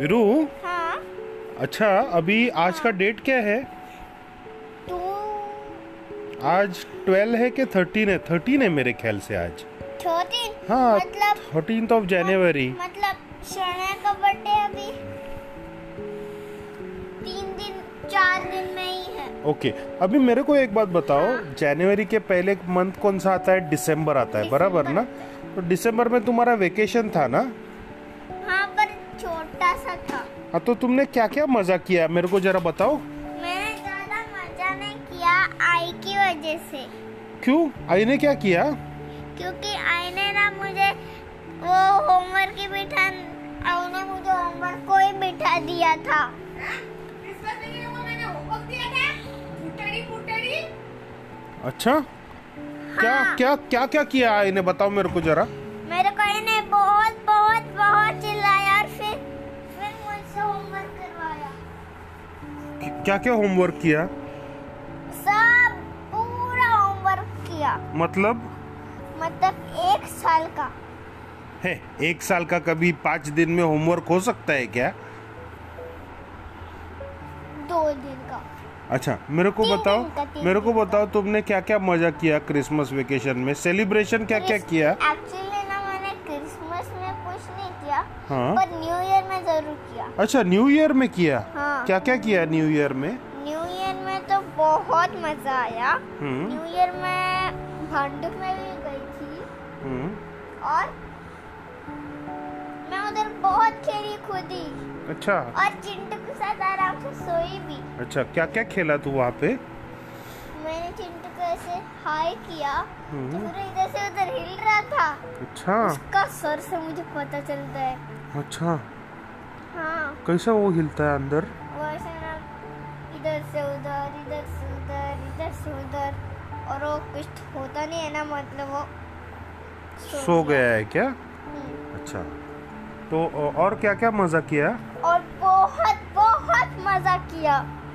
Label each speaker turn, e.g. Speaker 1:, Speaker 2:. Speaker 1: वीरू
Speaker 2: हाँ
Speaker 1: अच्छा अभी आज का डेट क्या है
Speaker 2: टू
Speaker 1: आज ट्वेल्व है कि थर्टीन है थर्टीन है मेरे ख्याल से आज
Speaker 2: थर्टीन
Speaker 1: हाँ
Speaker 2: मतलब
Speaker 1: थर्टीन ऑफ जनवरी
Speaker 2: मतलब शरण्या का बर्थडे अभी तीन दिन चार दिन में ही है
Speaker 1: ओके अभी मेरे को एक बात बताओ जनवरी के पहले मंथ कौन सा आता है दिसंबर आता है बराबर ना तो दिसंबर में तुम्हारा वेकेशन था ना
Speaker 2: हाँ पर छोटा सा था
Speaker 1: हाँ तो तुमने क्या क्या मजा किया मेरे को जरा बताओ
Speaker 2: मैंने ज्यादा मजा नहीं किया आई की वजह से
Speaker 1: क्यों आई ने क्या किया
Speaker 2: क्योंकि आई ने ना मुझे वो होमवर्क ही बिठा आई ने मुझे होमवर्क को ही बिठा दिया था
Speaker 1: अच्छा क्या
Speaker 2: हाँ।
Speaker 1: क्या क्या क्या किया आई ने बताओ मेरे को जरा
Speaker 2: मेरे को इन्हें बहुत बहुत बहुत चिल्लाया और फिर फिर मुझसे होमवर्क करवाया
Speaker 1: क्या क्या होमवर्क किया
Speaker 2: सब पूरा होमवर्क किया
Speaker 1: मतलब
Speaker 2: मतलब एक साल का
Speaker 1: है एक साल का कभी पाँच दिन में होमवर्क हो सकता है क्या
Speaker 2: दो दिन का
Speaker 1: अच्छा मेरे को
Speaker 2: तीन दिन का,
Speaker 1: बताओ
Speaker 2: तीन
Speaker 1: मेरे को
Speaker 2: दिन का।
Speaker 1: बताओ तुमने क्या क्या मजा किया क्रिसमस वेकेशन में सेलिब्रेशन क्या क्या किया
Speaker 2: एक्चुअली ना मैंने क्रिसमस में कुछ नहीं किया
Speaker 1: हाँ।
Speaker 2: पर न्यू ईयर में जरूर किया
Speaker 1: अच्छा न्यू ईयर में किया
Speaker 2: हाँ।
Speaker 1: क्या क्या किया न्यू ईयर में
Speaker 2: न्यू ईयर में तो बहुत मजा आया
Speaker 1: हम्म।
Speaker 2: न्यू ईयर में भांडुप में भी गई थी
Speaker 1: हम्म,
Speaker 2: और मैं उधर बहुत खेली खुदी
Speaker 1: अच्छा
Speaker 2: और चिंटू के साथ आराम से सोई भी
Speaker 1: अच्छा क्या क्या खेला तू वहाँ पे
Speaker 2: मैंने चिंटू को ऐसे हाय किया तो
Speaker 1: हम्म।
Speaker 2: पूरा इधर से उधर हिल रहा था
Speaker 1: अच्छा
Speaker 2: उसका सर से मुझे पता चलता है
Speaker 1: अच्छा
Speaker 2: हाँ
Speaker 1: कैसा वो हिलता है अंदर
Speaker 2: वो ऐसे ना इधर से उधर इधर से उधर इधर से उधर और वो कुछ होता नहीं है ना मतलब वो
Speaker 1: सो गया है क्या
Speaker 2: हम्म।
Speaker 1: अच्छा तो अ, और क्या क्या मजा किया
Speaker 2: और बहुत बहुत मजा किया